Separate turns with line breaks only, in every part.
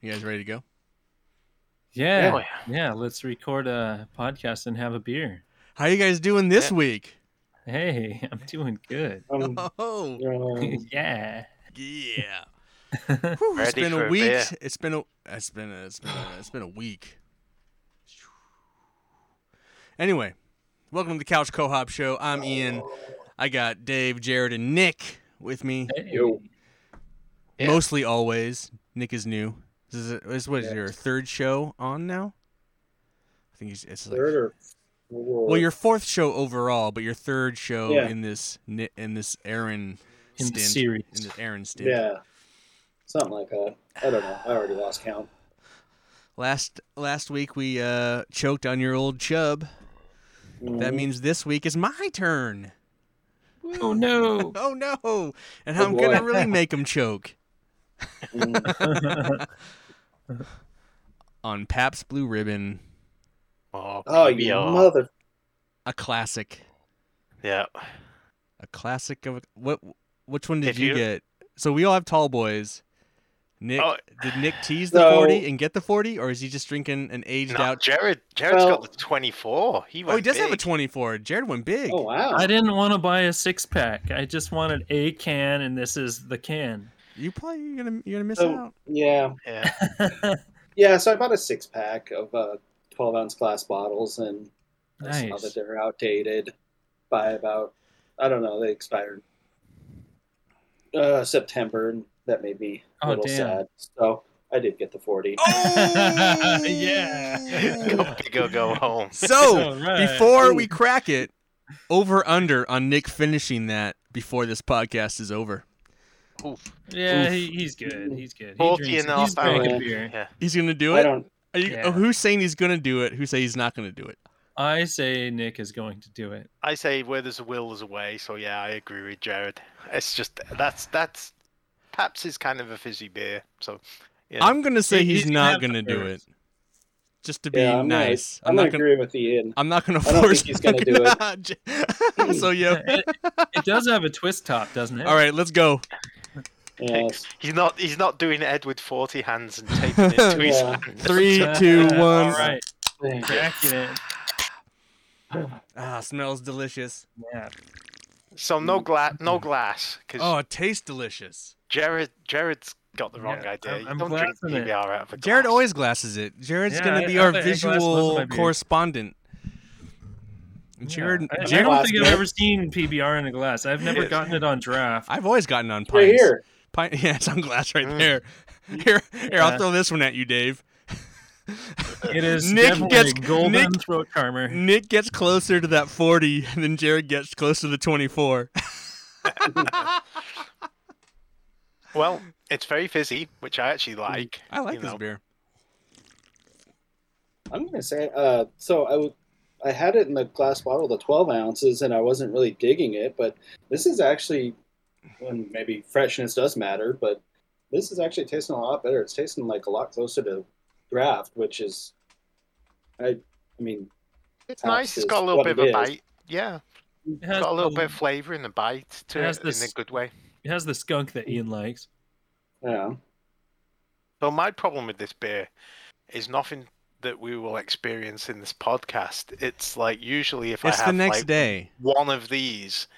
You guys ready to go?
Yeah,
Oh,
yeah, Let's record a podcast and have a beer.
How you guys doing this
Yeah.
week?
Hey, I'm doing good.
Um,
Oh
um,
yeah.
yeah!
yeah.
Whew, it's
Ready
been
for
a
a
week.
beer.
It's been a it's been a, it's been a, it's been a week. Anyway, welcome to the Couch Co-op Show. I'm Ian. I got Dave, Jared, and Nick with me.
Yeah.
Mostly always. Nick is new. This is, this what is
Yeah.
your third show on now? I think he's, it's like
third or
Well, your fourth show overall, but your third show
Yeah.
in this ni- in this Aaron
In
stint,
the series.
in this Aaron stint.
yeah, something like that. I don't know. I already lost count.
Last last week we uh, choked on your old chub. That
Mhm.
means this week is my turn.
Oh no.
Oh no! And
Oh,
I'm gonna
boy.
really make him choke
Mhm.
on Paps Blue Ribbon,
Oh,
oh, you
yeah.
mother!
a classic,
Yeah.
a classic of a, what? Which one did
If
you,
you-
get? So we all have tall boys. Nick,
Oh.
did Nick tease the
No.
forty and get the forty, or is he just drinking an aged
No,
out?
Jared. Jared's
Well-
got the twenty-four. He
Oh, he
went
does have a
big.
twenty-four. Jared went big.
Oh wow!
I didn't want to buy a six pack. I just wanted a can, and this is the can.
You probably you're gonna you're gonna miss
So-
out.
Yeah,
Yeah.
yeah. So I bought a six pack of uh, twelve ounce glass bottles, and I saw
Nice.
that they're outdated by about I don't know. They expired uh, September, and that made me a
Oh,
little
damn.
sad. So I did get the forty.
Oh
Yeah.
go big or go home.
So
All right.
before we crack it, over under on Nick finishing that before this podcast is over.
Oof.
yeah, he, he's good. He's good. He
Forty
drinks,
and a half
he's drinking
hours.
beer.
Yeah.
He's gonna do
I
it.
don't.
Are you,
Yeah.
Who's saying he's gonna do it? Who say he's not gonna do it?
I say Nick is going to do it.
I say where there's a will, there's a way. So yeah, I agree with Jared. It's just that's that's Paps is kind of a fizzy beer. So yeah.
I'm gonna say
He-
he's
he's
not
half
gonna do it.
nervous.
Just to be
Yeah, I'm not-
nice.
I'm,
I'm
not
not gonna.
agreeing with Ian.
I'm not gonna
I don't
force.
think he's gonna do
it. so yeah.
It, it does have a twist top, doesn't it?
All right, let's go.
Yes.
He's not. He's not doing Edward Forty hands and taping it to his
Yeah.
hand.
Three, two, one.
All right. Crack it.
Ah, smells delicious.
Yeah.
So no glass. No glass. Because
Oh, it tastes delicious.
Jared. Jared's got the wrong
Yeah,
idea.
I'm-
You
I'm
don't drink
glassing it.
PBR out of a
Jared
glass.
always glasses it. Jared's
Yeah,
gonna
I-
be
I
our
glass most of my
visual
beer.
correspondent. Jared,
Yeah. I, I
Jared,
don't
Glass
think I've
cup.
ever seen PBR in a glass. I've never gotten it on draft.
I've always gotten on pints.
Right here.
Pint, yeah, it's on glass right
Mm.
there. Here, here, I'll
Yeah.
throw this one at you, Dave.
It is
Nick
definitely
gets-
a golden
Nick-
throat charmer.
Nick gets closer to that forty, and then Jared gets closer to the twenty-four.
Well, it's very fizzy, which I actually like.
Hmm. I like
you
this
know.
beer.
I'm gonna say uh, so. I w- I had it in the glass bottle, the 12 ounces, and I wasn't really digging it. But this is actually, and maybe freshness does matter, but this is actually tasting a lot better. It's tasting like a lot closer to draft, which is, I, I mean,
It's
Taps
nice. It's
is
got a little
what
bit of
it
a
is.
bite. Yeah,
It has,
got a little
the-
bit
um,
of flavour and a bite to
It has
it, in
this-
a good way.
it has the skunk that Ian likes.
yeah,
So my problem with this beer is nothing that we will experience in this podcast. It's like usually if
It's
I
the
have
next
like
day.
one of these,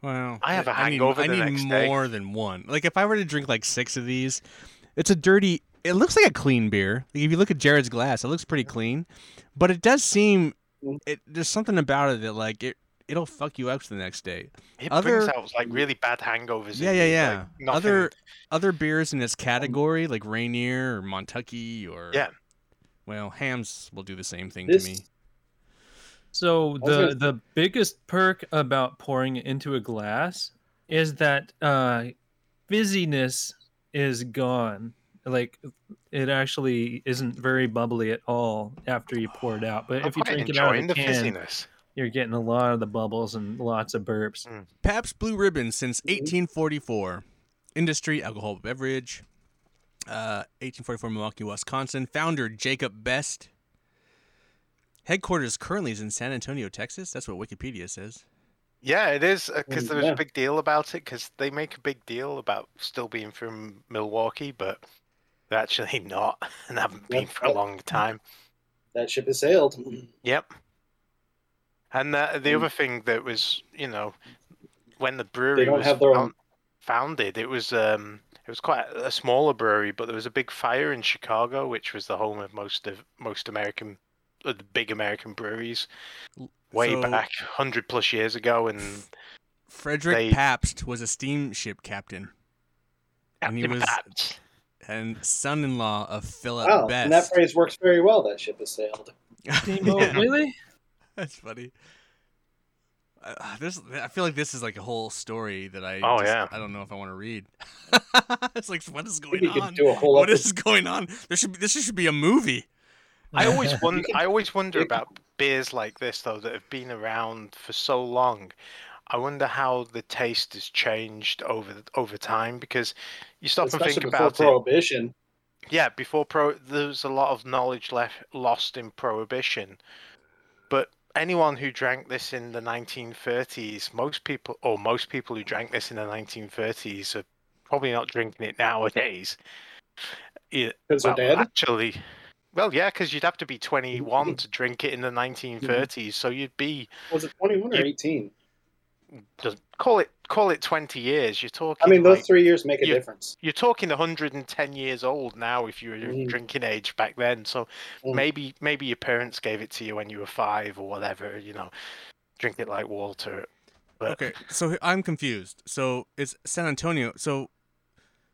Wow,
I have a
need-
hangover
I
the
need,
next day.
more than one. Like if I were to drink like six of these, it's a dirty. It looks like a clean beer. Like if you look at Jared's glass, it looks pretty clean, but it does seem it. There's something about it that like it. It'll fuck you up the next day.
it brings
Other-
out like really bad hangovers. in
Yeah, yeah,
you,
yeah.
like, nothing-
Other other beers in this category, like Rainier or Montucky or
Yeah.
Well, hams will do the same thing
this
to me.
So
was
the
gonna-
the biggest perk about pouring it into a glass is that uh fizziness is gone. Like it actually isn't very bubbly at all after you pour it out. But
I'm
if you
quite
drink it out
enjoying
of the,
the
can,
fizziness.
you're getting a lot of the bubbles and lots of burps.
Pabst Blue Ribbon since 1844. Industry, alcohol beverage. Uh, 1844 Milwaukee, Wisconsin. Founder Jacob Best. Headquarters currently is in San Antonio, Texas. That's what Wikipedia says.
Yeah, it is because
Mm,
there was
yeah.
a big deal about it because they make a big deal about still being from Milwaukee, but They're actually not, and haven't been for a long time.
That ship has sailed.
Yep. And uh, the, the other thing that was, you know, when the brewery
don't
was
have their own-
found- founded, it was um, it was quite a smaller brewery, but there was a big fire in Chicago, which was the home of most of most American, uh, the big American breweries, way
So-
back hundred plus years ago, and
Frederick
They-
Pabst was a steamship captain And he
Captain
was-
Patch.
and son-in-law of Philip
Wow,
Best.
and Oh, that phrase works very well. That ship has sailed.
Steamboat
Yeah,
Willie?
that's funny. Uh, this, I feel like this is like a whole story that I.
Oh,
just-
yeah.
I don't know if I want to read. it's like what is
Maybe
going
you
on?
could do a whole
What
episode.
is going on? There should be, this should be a movie.
I always wonder.
can-
I always wonder
you can-
about beers like this though that have been around for so long. I wonder how the taste has changed over the, over time because you stop and
Especially
think
before
about it.
Prohibition.
Yeah, before pro, there was a lot of knowledge left lost in prohibition, but anyone who drank this in the 1930s, most people, or most people who drank this in the 1930s, are probably not drinking it nowadays. Yeah,
Because
well,
they're dead.
actually, well, yeah, because you'd have to be 21 to drink it in the 1930s, so you'd be
Was it 21 or
you-
18?
just call it call it 20 years. You're talking.
I mean,
like-
those three years make a
you-
difference.
you're talking 110 years old now if you were
Mm.
drinking age back then so
Mm.
maybe maybe your parents gave it to you when you were five or whatever you know drink it like water but
Okay, so h- I'm confused. So it's San Antonio. So,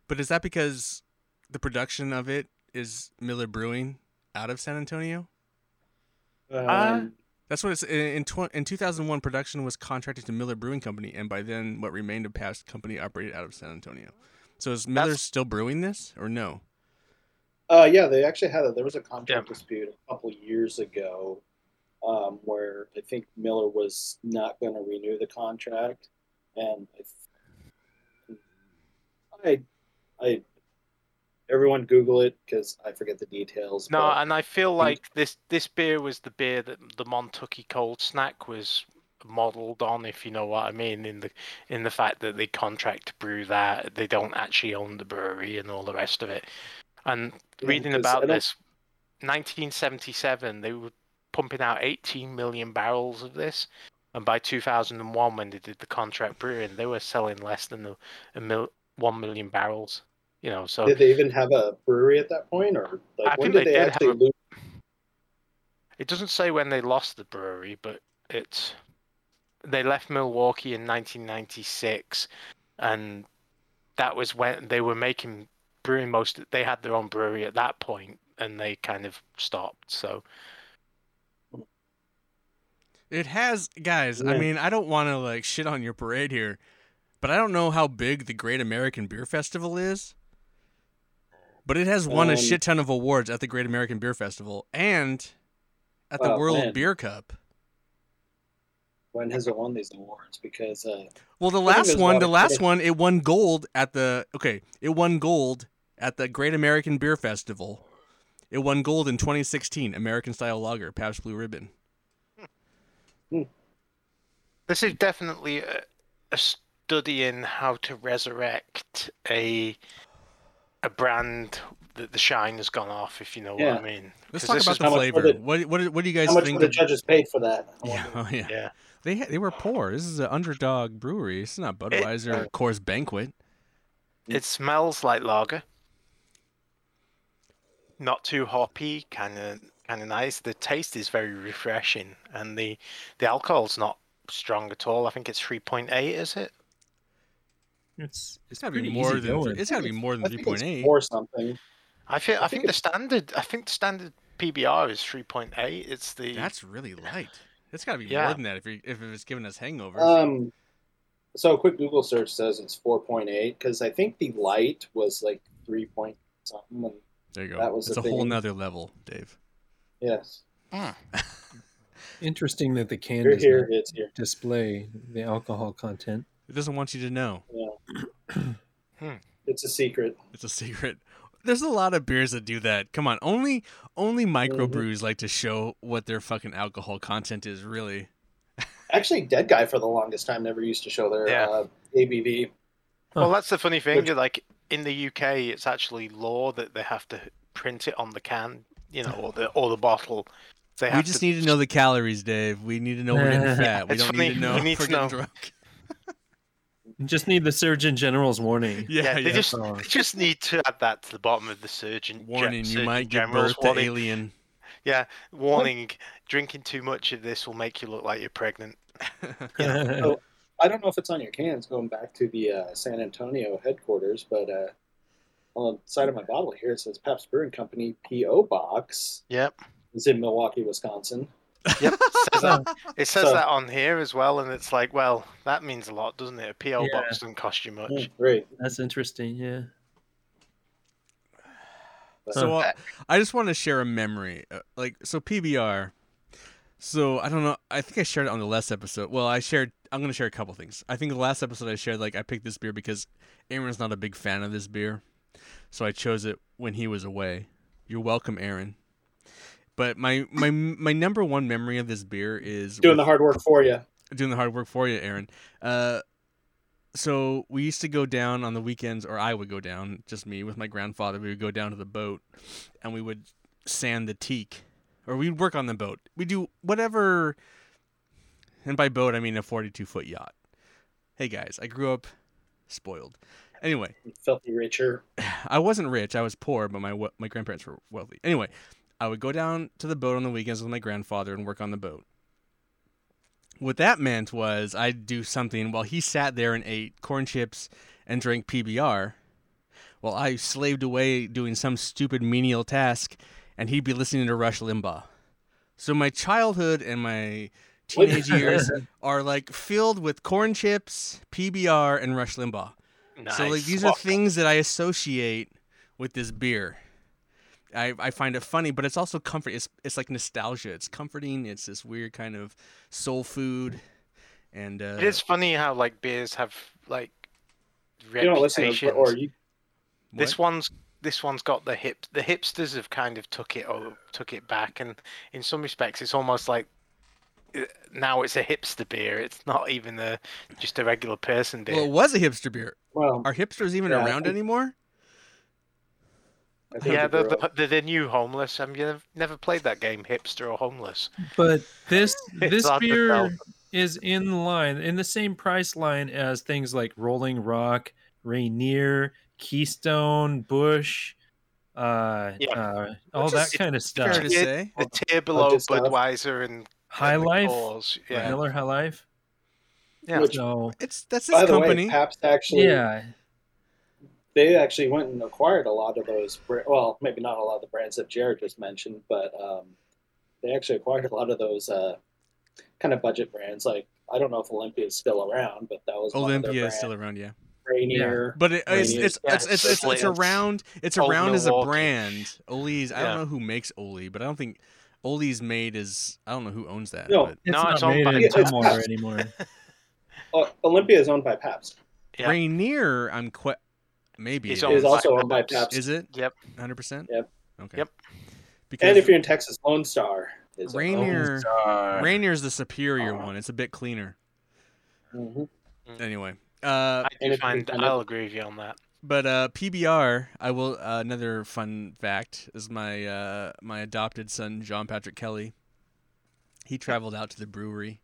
but is that because the production of it is Miller Brewing out of San Antonio?
Um,
That's what it's in in, tw- in 2001. Production was contracted to Miller Brewing Company, and by then, what remained of Pabst Company operated out of San Antonio. So is Miller
That's-
still brewing this, or no?
Uh, yeah, they actually had a, there was a contract
Yeah.
dispute a couple years ago, um, where I think Miller was not going to renew the contract, and I, I, I everyone Google it because I forget the details.
no
but
and i feel like this this beer was the beer that the montucky cold snack was modeled on if you know what i mean in the in the fact that they contract to brew that they don't actually own the brewery and all the rest of it and
Yeah,
reading
'cause I
about
don't-
this 1977 they were pumping out 18 million barrels of this and by 2001 when they did the contract brewing they were selling less than a, a mil, 1 million barrels you know so
Did they even have a brewery at that point, or
I
like when did
think they
they,
did
actually
have
lose?
It doesn't say when they lost the brewery, but it's they left Milwaukee in 1996, and that was when they were making brewing most. They had their own brewery at that point, and they kind of stopped. So
It has, guys. I
Yeah.
mean, I don't want to like shit on your parade here, but I don't know how big the Great American Beer Festival is. But it has won a
Um,
shit ton of awards at the Great American Beer Festival and at the
Oh,
World
man.
Beer Cup.
When has it won these awards? Because uh,
Well, the
think
last
there's a
one,
lot
the
of
last
critics-
one, it won gold at the okay, it won gold at the Great American Beer Festival. It won gold in 2016, American Style Lager, Pabst Blue Ribbon.
this is definitely a, a study in how to resurrect a a brand that the shine has gone off. If you know
Yeah.
what I mean.
Let's
'Cause
talk
this
about
is
the
how much
flavor.
were the-
what, what what do you guys
how much
think?
were the
of-
judges paid for that? I
yeah,
wonder.
oh, yeah.
yeah.
They ha- they were poor. This is an underdog brewery. It's not Budweiser or Coors Banquet.
It smells like lager. Not too hoppy, kind of kind of nice. The taste is very refreshing, and the the alcohol's not strong at all. I think it's three point eight. Is it?
It's
It's gotta be
pretty
more
easy
than
going.
it's gotta be more
I
than three
think it's
point eight.
Or something.
I think I,
I
think
think
the
it's-
standard. I think the standard PBR is three point eight. It's the
That's really light. It's gotta be
Yeah.
more than that if you if it's giving us hangovers.
Um, so a quick Google search says it's 4.8 because I think the light was like 3 point something. And
there you go.
that was
it's
the
a whole
thing.
nother level, Dave.
yes,
Interesting that the can
you're
does
here.
not
It's here.
display the alcohol content.
It doesn't want you to know.
It's a secret.
It's a secret. There's a lot of beers that do that. Come on, only only microbrews
Mm-hmm.
like to show what their fucking alcohol content is really.
Actually, Dead Guy for the longest time never used to show their
Yeah.
uh, ABV.
well. That's the funny thing. Like in the UK, it's actually law that they have to print it on the can, you know, or the or the bottle. They
we
have
just need to know the calories, Dave. We need to know we're getting fat. We
It's
don't need
funny,
to know
we
if
need
we're
to
getting
know.
drunk.
Just need the Surgeon General's warning.
Yeah,
Yeah, they
yeah.
just
Oh.
they just need to add that to the bottom of the surgeon.
warning.
gen-
You might
Surgeon
give
General's
birth to
warning.
alien.
warning: drinking too much of this will make you look like you're pregnant.
Oh, I don't know if it's on your cans going back to the uh, San Antonio headquarters, but uh, on the side of my bottle here it says Pabst Brewing Company P.O. Box.
Yep.
It's in Milwaukee, Wisconsin.
Yep. It says, that, it says
So-
that on here as well, and it's like, well, that means a lot, doesn't it? A PO
Yeah.
box doesn't cost you much.
Great.
That's interesting. Yeah.
So uh, I just want to share a memory. Uh, Like so PBR. So I don't know. I think I shared it on the last episode. Well, I shared. I'm gonna share a couple things. I think the last episode I shared, like I picked this beer because Aaron's not a big fan of this beer, so I chose it when he was away. You're welcome, Aaron. But my my my number one memory of this beer is
Doing
with-
the hard work for you.
doing the hard work for you, Aaron. Uh, so we used to go down on the weekends, or I would go down, just me with my grandfather. We would go down to the boat, and we would sand the teak, or we'd work on the boat. We do whatever, and by boat I mean a forty-two foot yacht. Hey guys, I grew up spoiled. Anyway,
Filthy richer.
I wasn't rich. I was poor, but my we- my grandparents were wealthy. Anyway, I would go down to the boat on the weekends with my grandfather and work on the boat. What that meant was I'd do something while he sat there and ate corn chips and drank PBR, while I slaved away doing some stupid menial task, and he'd be listening to Rush Limbaugh. So my childhood and my
What-
teenage years are like filled with corn chips, PBR, and Rush Limbaugh.
Nice.
So like these are
Well,
things that I associate with this beer. I, I find it funny, but it's also comfort. It's it's like nostalgia. It's comforting. It's this weird kind of soul food, and uh,
It is funny how like beers have like
You don't listen
reputations.
to, or you,
This
what?
one's this one's got the hip. The hipsters have kind of took it or took it back, and in some respects, it's almost like uh, now it's a hipster beer. It's not even a just a regular person beer.
Well, it was a hipster beer.
well,
Are hipsters even
Yeah, I
around
think-
anymore?
I think
yeah,
you
they're,
grew
they're,
up.
they're the new homeless. I've nev- never played that game, hipster or homeless.
But this
It's
this
hard to tell.
beer is in line in the same price line as things like Rolling Rock, Rainier, Keystone, Bush, uh,
Yeah.
uh all
Which
that
is-
kind of
Fair
stuff.
to
Yeah.
say.
The tier below
bunch of stuff.
Budweiser and
High
and the
Life,
Coors, Yeah.
Miller High Life.
Yeah.
Which,
So
It's that's
by
this
the
company.
way, Pabst actually,
yeah,
they actually went and acquired a lot of those. br- Well, maybe not a lot of the brands that Jared just mentioned, but um, they actually acquired a lot of those uh, kind of budget brands. Like I don't know if Olympia is still around, but that was one of their
Olympia is
brands.
still around, yeah.
Rainier.
But it, it's,
Yeah.
it's,
Yeah,
it's, it's,
it's
it's, it's
like-
around it's
Old
around as a
Milwaukee.
brand. Ole's. I don't
Yeah.
know who makes Ole, but I don't think Ole's made is. I don't know who owns that.
No,
but
it's
No,
not
it's owned
made
by-
in
It's-
Tumblr anymore.
Oh, Olympia is owned by Pabst.
Yeah.
Rainier, I'm quite maybe
It's
it
It
is.
is
owned by
also owned by
Pabst.
Pabst.
Is it?
Yep.
Hundred percent.
Yep.
Okay.
Yep.
Because
And if you're in Texas, Lone Star is
Rainier, Rainier's the superior
Uh-huh.
one. It's a bit cleaner.
hmm
Anyway, uh,
I
And
do
if we
find
kind of-
I'll agree with you on that.
but uh, PBR, I will. Uh, another fun fact is my uh, my adopted son, John Patrick Kelly. He traveled out to the brewery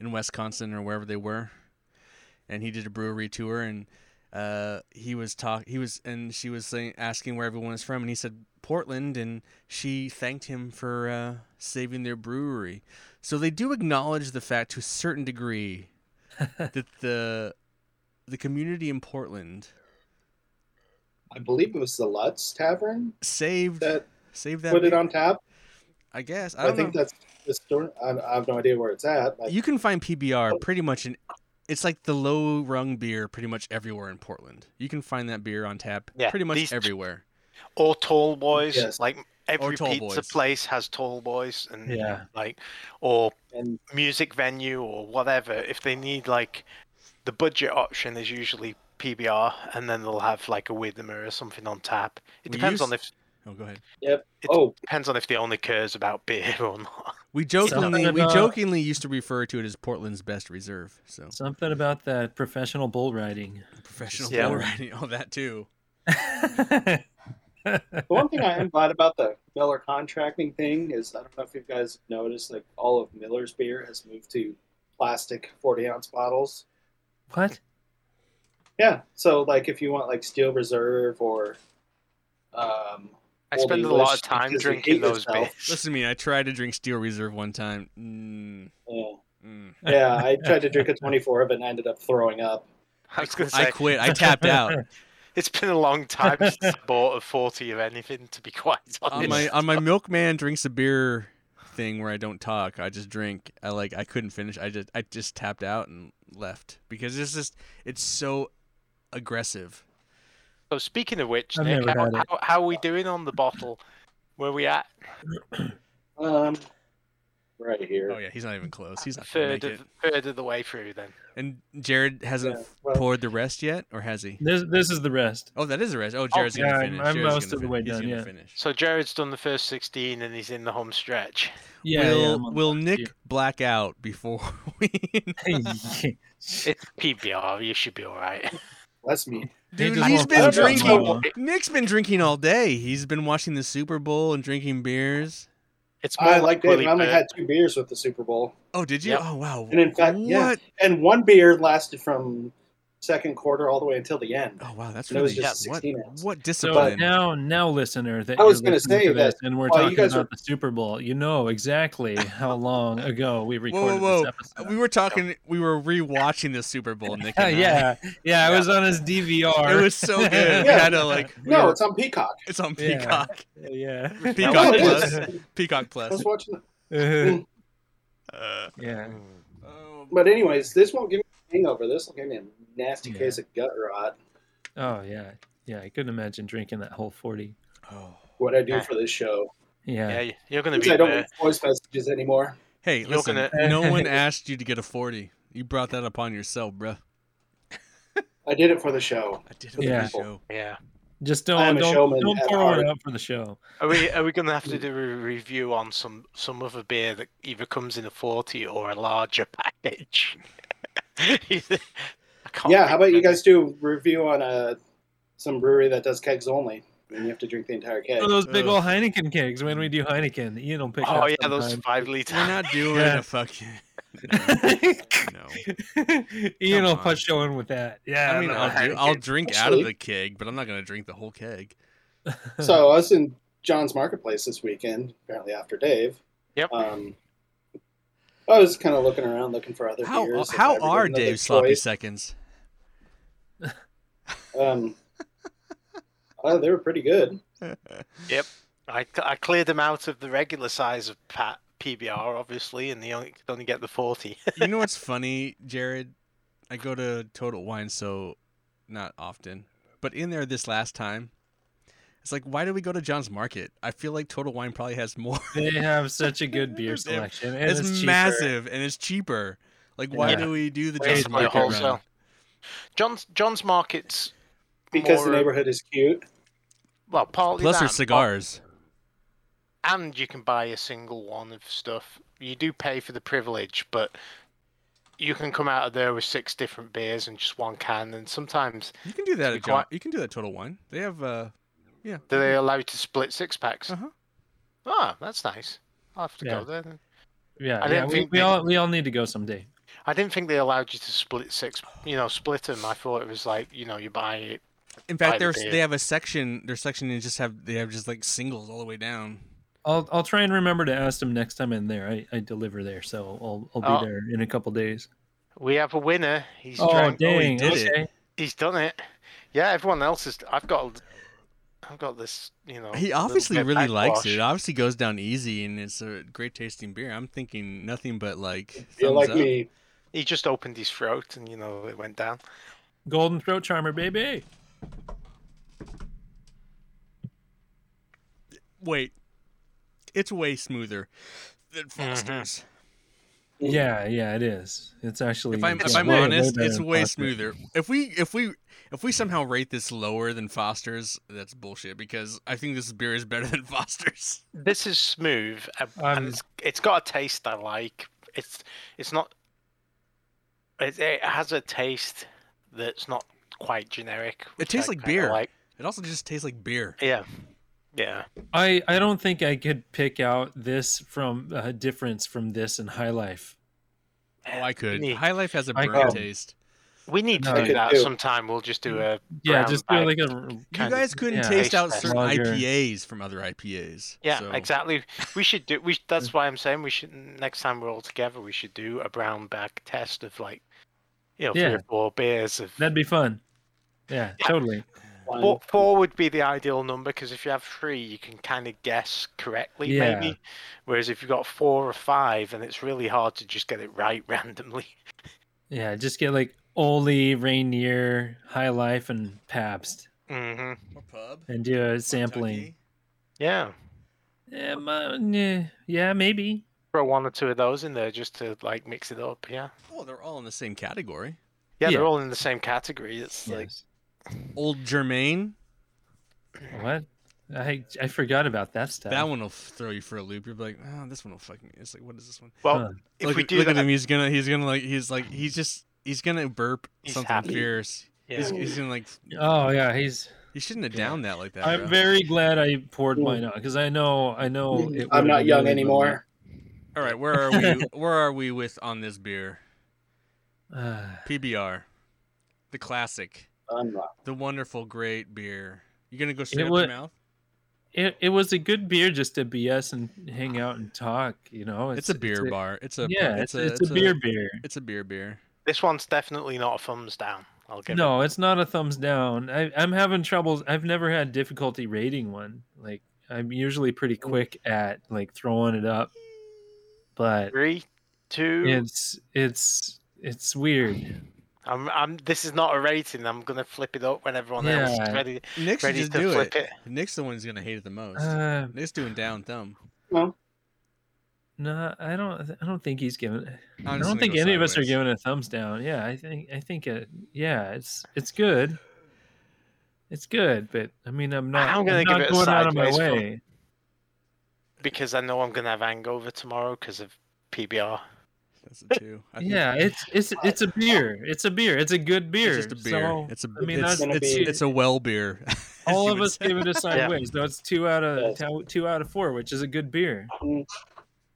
in Wisconsin or wherever they were, and he did a brewery tour. And uh, he was talk. He was and she was saying, asking where everyone is from, and he said Portland, and she thanked him for uh, saving their brewery. So they do acknowledge the fact to a certain degree that the the community in Portland
I believe it was the Lutz Tavern
saved
that
Save that.
put it
beer,
on tap.
I guess. I
I,
don't
think
know.
that's the store. I, I have no idea where it's at. Like,
You can find PBR pretty much in. It's like the low rung beer pretty much everywhere in Portland. You can find that beer on tap
Yeah,
pretty much
these-
everywhere.
Or tall boys,
Yes.
like every
tall
pizza
boys.
place has tall boys, and
Yeah.
like or
and
music venue or whatever. If they need like the budget option is usually PBR, and then they'll have like a Widmer or something on tap. It
We
depends
used-
on if
Oh, go ahead.
it
oh,
depends on if they only cares about beer or not.
We jokingly
Something
we
about-
jokingly used to refer to it as Portland's best reserve. So
Something about that professional bull riding.
professional
Yeah.
bull riding, all that too.
The one thing I am glad about the Miller contracting thing is I don't know if you guys noticed, like all of Miller's beer has moved to plastic 40 ounce bottles.
what?
Yeah. So, like, if you want like Steel Reserve or. Um,
I
Old
spend a
English
lot of time
because you
drinking
hate
those
yourself.
beers.
Listen to me. I tried to drink Steel Reserve one time. Mm,
yeah.
mm.
oh, yeah, I tried to drink a 24 of it and I ended up throwing up.
I was going to
I
say,
quit. I tapped out
it's been a long time since I bought a 40 of anything, to be quite
on
honest.
Uh, my on my milkman drinks a beer thing where I don't talk. I just drink. I like I couldn't finish. I just I just tapped out and left because it's just it's so aggressive.
So, speaking of which,
I've
Nick,
never
how,
had it.
how, how are we doing on the bottle? Where we at?
Um, right here.
Oh yeah, he's not even close. He's not gonna
Third
make
of,
it.
third of the way through, then.
And Jared hasn't
Yeah, well-
poured the rest yet, or has he?
This this is the rest.
Oh, that is the rest. Oh, Jared's
yeah,
gonna
I'm-
finish.
I'm
Jared's gonna
most of the
fin-
way
he's
done,
gonna
yeah.
finish.
So, Jared's done the first 16 and he's in the home stretch.
Yeah. yeah,
will
I'm on
will
that
Nick black out before we?
tier.
It's PBR, you should be alright.
Bless me.
Dude,
just
he's
won't
been
let it go.
drinking. Nick's been drinking all day. He's been watching the Super Bowl and drinking beers.
It's more
I like David.
Willy
I only
Bird.
had two beers with the Super Bowl.
Oh, did you?
Yep.
Oh, wow.
And in fact,
what?
yeah. And one beer lasted from second quarter all the way until the end.
Oh, wow. That's
And it was
really
just
what?
16 ounce.
What
So
discipline?
now, now, listener, that
I was
going
gonna
to
say
this,
that
and we're
while you
talking
guys
about
were-
the Super Bowl. You know exactly how long ago we recorded
whoa.
this episode.
Uh, we were talking. We were rewatching the Super Bowl, Nick.
yeah,
And I.
yeah, yeah, I was on his
It
DVR.
was so good. We
Yeah.
had to like. we
No,
were-
it's on Peacock.
it's on
Yeah.
Peacock.
yeah,
Peacock
it
Plus.
is.
Peacock
I
Plus.
was watching it.
Uh,
yeah.
oh,
But anyways, this won't give me a hangover. This will give me a nasty
Yeah.
case of gut rot.
Oh yeah, yeah. I couldn't imagine drinking that whole forty.
What I do for this show.
Yeah,
Yeah, you- you're going to
Since
be
I don't
there.
make voice messages anymore.
Hey,
You're
listen.
gonna-
No one asked you to get a forty. You brought that upon yourself, bruh.
I did it for the show.
I did it yeah.
Yeah.
the show.
Yeah.
just
I'm
don't
a
don't
showman
don't
at
pour one
heart.
out for the show.
Are we are we going to have
Mm.
to do a review on some some other beer that either comes in a forty or a larger package? I can't
Yeah, how
think
about you
of it.
guys do a review on uh, some brewery that does kegs only? And you have to drink the entire keg.
One of those big
Ugh.
old Heineken kegs. When we do Heineken, you don't pick.
Oh
up
yeah, those five liter.
We're not doing
Yeah.
a fucking.
sometime.
No. Come
Ian will
on.
put showing with that. Yeah,
I mean,
no.
I'll, do, I'll
Actually-
drink out of the keg, but I'm not gonna drink the whole keg.
So I was in John's Marketplace this weekend, apparently after Dave.
Yep.
Um, I was kind of looking around looking for other
How
beers. if I
how
ever get
are
another
Dave's sloppy
choice.
seconds?
Um, oh, they were pretty good.
I, I cleared them out of the regular size of pa- PBR, obviously, and they only, could only get the forty.
you know what's funny, Jared? I go to Total Wine so not often, but in there this last time, it's like, why did we go to John's Market? I feel like Total Wine probably has more.
they have such a good beer
They're-
selection. and
It's,
it's cheaper.
massive and it's cheaper. Like, why
Yeah.
do we do the
Way
John's
cheaper
Market
wholesale.
route?
John's John's Market's
Because
More-
the neighborhood is cute.
well partly
Plus
that,
her
but-
cigars.
and you can buy a single one of stuff. You do pay for the privilege, but you can come out of there with six different beers and just one can. And sometimes
You can do that
be
at John.
quite-
You can do that at Total Wine. They have uh, yeah.
they allow you to split six packs.
Mm-hmm. Uh-huh.
Ah, that's nice. I'll have to
Yeah.
go there. Then.
Yeah,
I
yeah.
didn't
We,
think
we
they-
all we all need to go someday.
I didn't think they allowed you to split six, you know, split them. I thought it was like, you know, you buy it.
In
Buy
fact,
the
there's
beer.
they have a section. Their section is just have they have just like singles all the way down.
I'll I'll try and remember to ask them next time I'm there. I, I deliver there, so I'll I'll be
Oh.
there in a couple days.
We have a winner. He's
Oh
drank.
he
dang!
did it.
okay.
He's done it. Yeah, everyone else is. I've got. I've got this. You
Oh,
know.
He
little
obviously
bit
really likes
backwash.
it. It obviously goes down easy, and it's a great tasting beer. I'm thinking nothing but like
You're
thumbs
like
up.
me.
He just opened his throat, and you know it went down.
Golden throat charmer, baby.
Wait, it's way smoother than
Mm-hmm.
Foster's.
Yeah, yeah, it is. It's actually.
If I'm
yeah,
if I'm
way- way
honest,
better
it's
than
way
Foster's.
smoother. If we if we if we somehow rate this lower than Foster's, that's bullshit because I think this beer is better than Foster's.
This is smooth, uh,
Um,
and it's, it's got a taste I like. It's it's not. It, it has a taste that's not quite generic. which
tastes
I
like
kinda
beer.
Like.
It also just tastes like beer.
Yeah. Yeah.
I I don't think I could pick out this from a difference from this and High Life.
Oh, I could.
Neat.
High Life has a
I
burn
could.
taste.
We need to
No.
do that
Ew.
sometime. We'll just
Mm.
do a
Yeah,
Brown
just do
bag.
like a
You
Kind of-
guys couldn't
yeah.
taste out
Taste
certain
lager.
IPAs from other IPAs.
yeah,
so-
exactly. We should do. We that's why I'm saying we should next time we're all together. We should do a brown bag test of like, you know, three
Yeah.
or four beers of.
that'd be fun. Yeah,
Yeah.
totally.
Fine.
Four, four would be the ideal number because if you have three, you can kind of guess correctly,
Yeah.
maybe. Whereas if you've got four or five, and it's really hard to just get it right randomly.
Yeah, just get like Oli, Rainier, High Life, and Pabst,
hmm
Or pub.
and do a sampling.
Yeah,
Yeah, my, yeah, yeah, maybe.
throw one or two of those in there just to like mix it up. Yeah,
Oh, they're all in the same category.
yeah,
Yeah.
they're all in the same category. It's like
Yes.
Old Germain.
What? I I forgot about that stuff.
That one will f- throw you for a loop. You'll be like, oh, this one will fucking. It's like, what is this one?
well,
Huh.
if
look
we do
look
that,
at him. He's gonna. He's gonna like. He's like. He's just. He's gonna burp
He's
something
happy.
fierce. He's,
yeah.
he's gonna like.
Oh yeah, he's.
He shouldn't have
Yeah.
downed that like that.
I'm
bro.
very glad I poured
Mm.
mine out because I know I know. Oh, It
I'm
would've
not young
really
anymore.
All right, where are we? where are we with on this beer?
been- Uh,
PBR, the classic,
I'm not.
the wonderful, great beer. You gonna go straight up
wa-
your mouth?
it it was a good beer just to BS and hang out and talk. You know,
It's, a beer bar. It's a
yeah, it's, a, it's, a, beer beer.
It's a beer beer.
This one's definitely not a thumbs down. I'll give
No, it's not a thumbs down. I, I'm having troubles. I've never had difficulty rating one. Like I'm usually pretty quick at like throwing it up,
it
but
three, two.
it's it's it's weird.
I'm, I'm. This is not a rating. I'm gonna flip it up when everyone else is
Yeah.
ready,
Nick should
ready
just
to
do
flip
it.
it.
Nick's the one who's gonna hate it the most.
Uh,
Nick's doing down thumb.
no, I don't. I don't think he's giving.
I'm
I
just
don't
gonna
think
go
any of us are
sideways.
giving it a thumbs down. Yeah, I think I think it. Yeah, it's it's good. It's good, but I mean, I'm not.
I'm gonna
not
give it a
going out of my
sideways thumb.
way.
because I know I'm gonna have hangover tomorrow because of PBR.
That's a two. I think
Yeah, it's it's it's a beer. It's a beer. It's a good beer.
It's just a beer.
So,
it's a.
I mean,
it's,
that's
gonna
it's,
be-
it's a well beer. as
all
you
of
would
us
say.
give it a sideways. Though it's two out of
Yes.
two- two out of four, which is a good beer.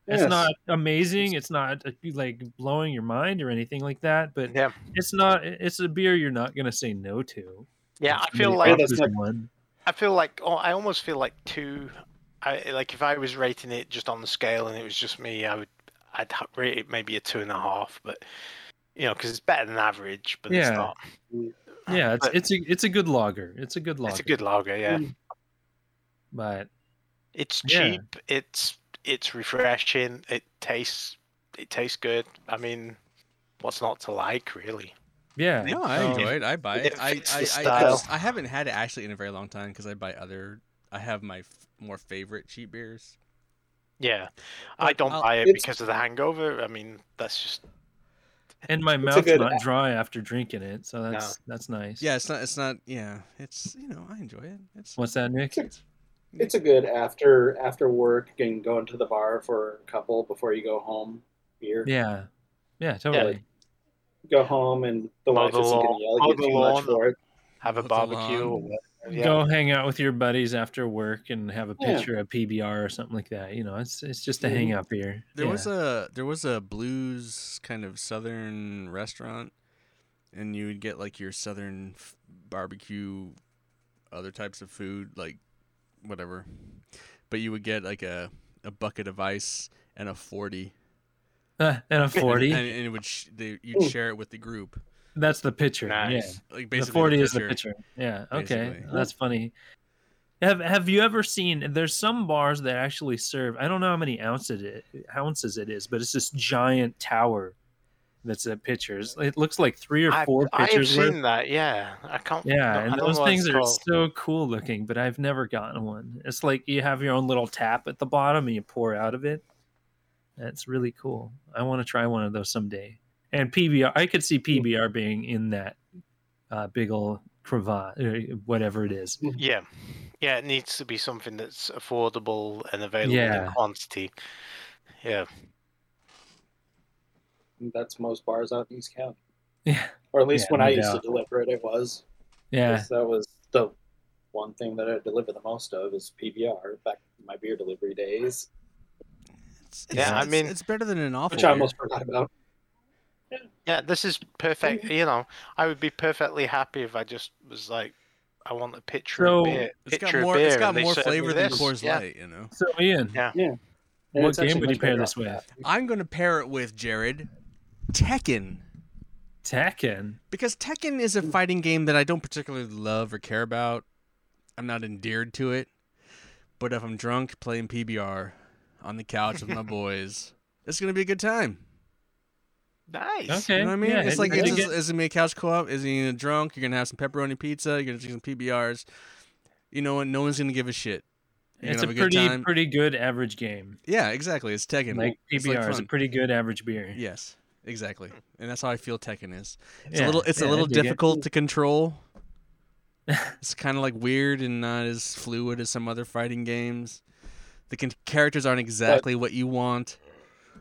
Yes.
It's not amazing. It's not uh, like blowing your mind or anything like that. But
Yeah,
it's not. It's a beer you're not gonna say no to.
yeah.
If
I feel
somebody
like
that's
offers
not-
one.
I feel like oh, I almost feel like two. I like if I was rating it just on the scale and it was just me, I would I'd ha- rate it maybe a two and a half, but you know because it's better than average, but it's
Yeah.
not.
Yeah, it's
But-
it's a it's a good lager. It's a good lager.
It's a good lager. Yeah,
but
it's
Yeah.
cheap. It's it's refreshing. It tastes it tastes good. I mean, what's not to like really?
yeah,
No, I
so-
enjoy it. I buy
it
it. I,
fits the
I, I, I,
style.
just- I haven't had it actually in a very long time because I buy other. I have my f- more favorite cheap beers.
Yeah, I
But
don't
I'll-
buy it
It's-
because of the hangover. I mean, that's just
and my
a
mouth's
good-
not dry after drinking it, so that's that's nice.
Yeah, it's not. It's not. Yeah, it's you know I enjoy it. It's
What's that, Nick?
It's a good after after work and going to the bar for a couple before you go home. Beer.
Yeah, yeah, totally.
Go home and the
Mow
wife
the
isn't going
lawn.
to yell
Mow
at
the
you too much
lawn.
for it.
have a
With a
barbecue or
lawn.
whatever. Yeah.
Go hang out with your buddies after work and have a
Yeah.
picture of PBR or something like that. You know, it's it's just a
Mhm.
hangout beer.
There
yeah.
was a there was a blues kind of southern restaurant, and you would get like your southern f- barbecue, other types of food like whatever, but you would get like a a bucket of ice and a forty.
Uh, and a
And-
forty.
and, and it would sh- they, you'd
Ooh.
share it with the group.
that's the picture.
Nice.
Like
Yeah,
basically
the forty is the
picture.
picture. Yeah. Okay,
basically.
that's funny. Have Have you ever seen? There's some bars that actually serve. I don't know how many ounces it ounces it is, but it's this giant tower that's a picture. It's- It looks like three or
I've-
four
I have
pictures. worth.
seen that. Yeah, I can't.
Yeah,
no, I
and
don't
those
know what
things
it's
are
called.
so cool looking, but I've never gotten one. It's like you have your own little tap at the bottom and you pour out of it. That's really cool. I want to try one of those someday. And PBR, I could see PBR being in that uh, big old cravat, or whatever it is.
Yeah, yeah. It needs to be something that's affordable and available
Yeah.
in quantity. Yeah,
That's most bars out in East County,
Yeah,
or at least
Yeah,
when
no
I used
doubt.
to deliver it, it was.
yeah.
Yes, That was the one thing that I deliver the most of is PBR back in my beer delivery days,
It's,
Yeah, I
it's-
mean-
it's better than an awful.
which I
beer.
almost forgot about.
Yeah, this is perfect. You know, I would be perfectly happy if I just was like, I want a picture
So-
of beer.
It's got
picture of
more.
beer,
It's got
and they
more
serve me
flavor than
this.
Coors
Yeah.
Light. You know.
So Ian,
Yeah.
And
What
it's actually
game would
much
you pair
better
this
off than
with?
that.
I'm gonna pair it with Jared, Tekken.
Tekken.
because Tekken is a fighting game that I don't particularly love or care about. I'm not endeared to it. But if I'm drunk playing PBR on the couch with my boys, it's gonna be a good time.
Nice.
Okay.
You know what I mean?
Yeah,
it's
it-
like
I
it's,
think
just- it's gonna be a couch co-op. Is he gonna drunk? You're gonna have some pepperoni pizza. You're gonna drink some PBRs. You know what? No one's gonna give a shit.
it-
You're
it's
gonna
a
have a good
pretty
time.
pretty good average game.
Yeah, exactly. It's Tekken.
Like
It's
PBR is a
fun.
pretty good average beer.
Yes, exactly. And that's how I feel Tekken is. It's a
Yeah,
little it's
yeah,
a
I
little
dig it.
difficult to control. it's kind of like weird and not as fluid as some other fighting games. The con- characters aren't exactly what you want,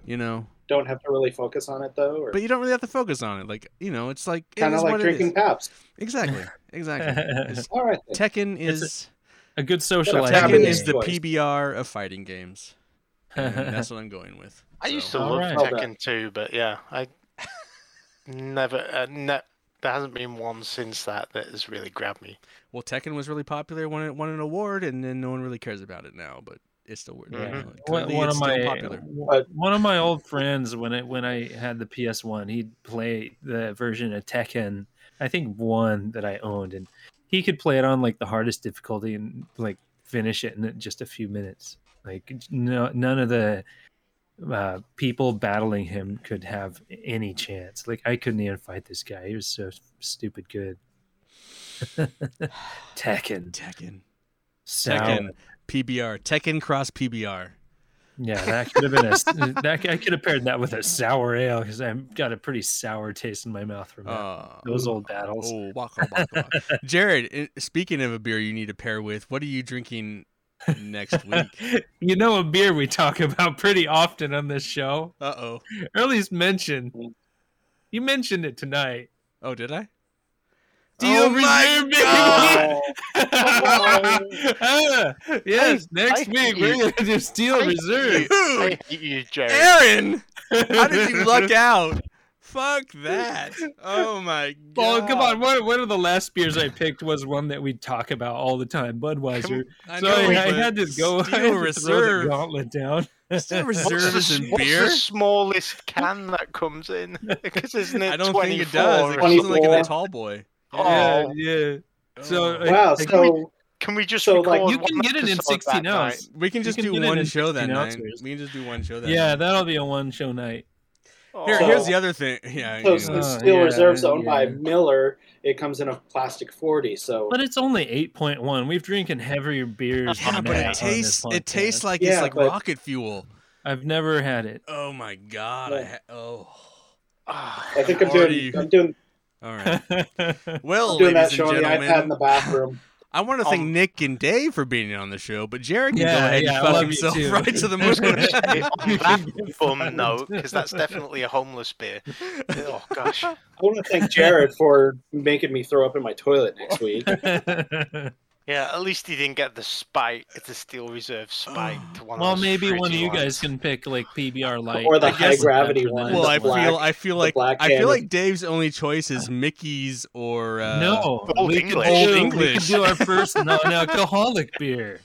you know.
Don't have to really focus on it though, or
But you don't really have to focus on it. Like, you know, it's like it
kind of
is
like
what
drinking
it
Paps.
is. Exactly. Exactly. It's-
All right, then.
Tekken
It's a-
is
A good
a
socializing.
Tekken
taboo
is the
choice.
PBR of fighting games. And that's what I'm going with.
I used
So-
to love
Alright.
Tekken 2, but yeah, I never. Uh, ne- there hasn't been one since that that has really grabbed me.
Well, Tekken was really popular, won it won an award, and then no one really cares about it now. But it's still weird.
Mhm.
one, one of my uh,
But-
one of my old friends when I when I had the PS One, he'd play the version of Tekken, I think one that I owned, and he could play it on like the hardest difficulty and like finish it in just a few minutes. Like no, none of the uh, people battling him could have any chance. Like I couldn't even fight this guy. He was so stupid good. Tekken,
Tekken.
Sound.
Tekken PBR. Tekken cross PBR.
Yeah, that could have been a that I could have paired that with a sour ale because I've got a pretty sour taste in my mouth from that.
Uh,
those old battles.
Oh, waka waka. waka. Jared, i- speaking of a beer you need to pair with, what are you drinking next week?
you know, a beer we talk about pretty often on this show.
Uh oh.
Early's mentioned. You mentioned it tonight.
Oh, did I?
Deal
Oh my
reserve, baby.
God.
Uh, Ah, yes, next
I
week
hate
we're gonna do steel
I hate
reserve.
Dude,
I hate you, Jerry.
Aaron, how did you luck out? Fuck that. Oh my god.
Well, come on. One, one of the last beers I picked was one that we talk about all the time, Budweiser.
I
so
know,
I, I
but
had to go.
Steel
I had to Throw the
Reserve.
gauntlet down.
Steel
What's
Reserve
the,
is in
s- what's
beer.
the smallest can that comes in? Because isn't it
I don't
24
think it does. It comes in like in a
24.
tall boy.
Yeah,
Oh.
yeah. So
Oh.
I-
Wow,
I-
so
Can we just
So,
record
like,
you can
one
get it in
episode
16
that night?
ounces.
We can
You
just
can
do
get it
one
in
show that
16
night.
ounces.
We can just do one show that
yeah,
night.
that'll be a one show night.
Here,
Oh.
here's the other thing. Yeah.
so
you
since
know.
Oh,
Steel
yeah,
Reserve's owned by
yeah.
Miller, it comes in a plastic forty. So
But it's only eight point one. We've drinking heavier beers.
Yeah,
than
but
that on
it
this
tastes it
podcast.
tastes like it's
Yeah,
like
but-
rocket fuel.
I've never had it.
Oh my god! I
Yeah.
ha- oh,
Ah,
I think I'm
Already-
doing, I'm doing,
all right. Well,
I'm doing that
ladies
show
and
on the iPad in
gentlemen,
the bathroom.
I want to thank
Um,
Nick and Dave for being on the show, but Jared can
Yeah,
go ahead
yeah, I
and fuck
love you
himself
too.
right to the
I was going to
moon.
say on that bum note, because that's definitely a homeless beer. Oh gosh.
I want to thank Jared for making me throw up in my toilet next week.
Yeah, at least he didn't get the spike, the steel reserve spike to one
well,
of those
maybe one of
fruity
you guys
ones.
can pick like PBR light
Or the
I guess-
high
gravity
that's
one.
well,
the
I
black-
feel I feel
the
like
black
I feel
can.
like Dave's only choice is Mickey's or uh,
no,
Old
we could
English.
do-
Old
We could
English.
do our first non-alcoholic beer.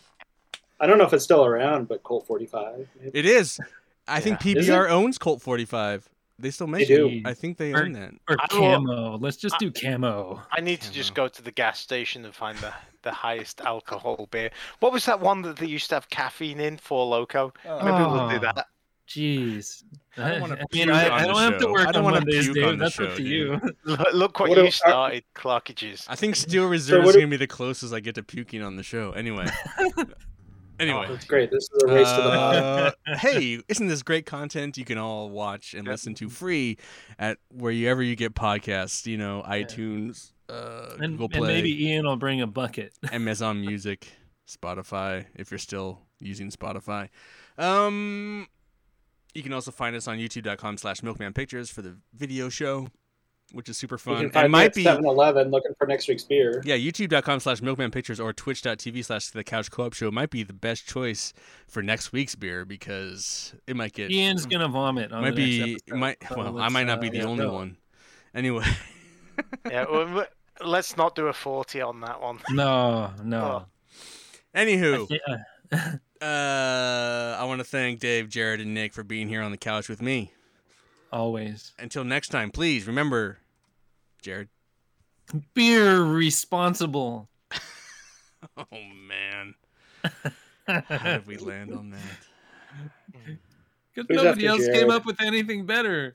I don't know if it's still around, but Colt 45. Maybe.
It is. I think
Yeah.
Is it?
PBR owns Colt 45. They still make
do.
it. I think they own that.
Or
I will-
camo. Let's just do camo.
I need
Yeah,
to just
no.
go to the gas station and find the, the highest alcohol beer. What was that one that they used to have caffeine in for Loco? Maybe we'll do
Oh.
that.
Jeez.
I don't
I,
wanna
I
puke
mean, I,
on
I
the
don't have to
show.
work
I don't
on
wanna
Mondays,
puke
Dave.
on the
That's up
show,
to
dude.
you.
Look, look what,
What
you
about-
started, Clarkages.
I think Steel Reserve
what
is
do-
gonna be the closest I get to puking on the show. Anyway. anyway.
That's great. This is a race to the bottom.
Uh, hey, isn't this great content you can all watch and
Yeah.
listen to free at wherever you get podcasts, you know, iTunes, uh,
And,
Google
and
Play,
maybe Ian will bring a bucket.
Amazon Music, Spotify, if you're still using Spotify. Um, you can also find us on youtube.com slash milkman pictures for the video show. which is super
You
fun.
can find
It might be
7 Eleven looking for next week's beer.
yeah, youtube.com slash milkman pictures or twitch.tv slash the couch co-op show might be the best choice for next week's beer because it might get
Ian's gonna vomit. On
might
the next
be
episode.
might
So
well, I
let's,
might not
uh,
be the
yeah,
only
no.
one. Anyway,
Yeah, well, m- let's not do a 40 on that one.
No, no.
anywho.
Oh.
Yeah.
Uh, I want to thank Dave, Jared, and Nick for being here on the couch with me.
Always.
Until next time, please remember, Jared.
Beer responsible.
Oh man, how did we land on that?
Because
Who's
nobody
after
else
Jared?
came up with anything better.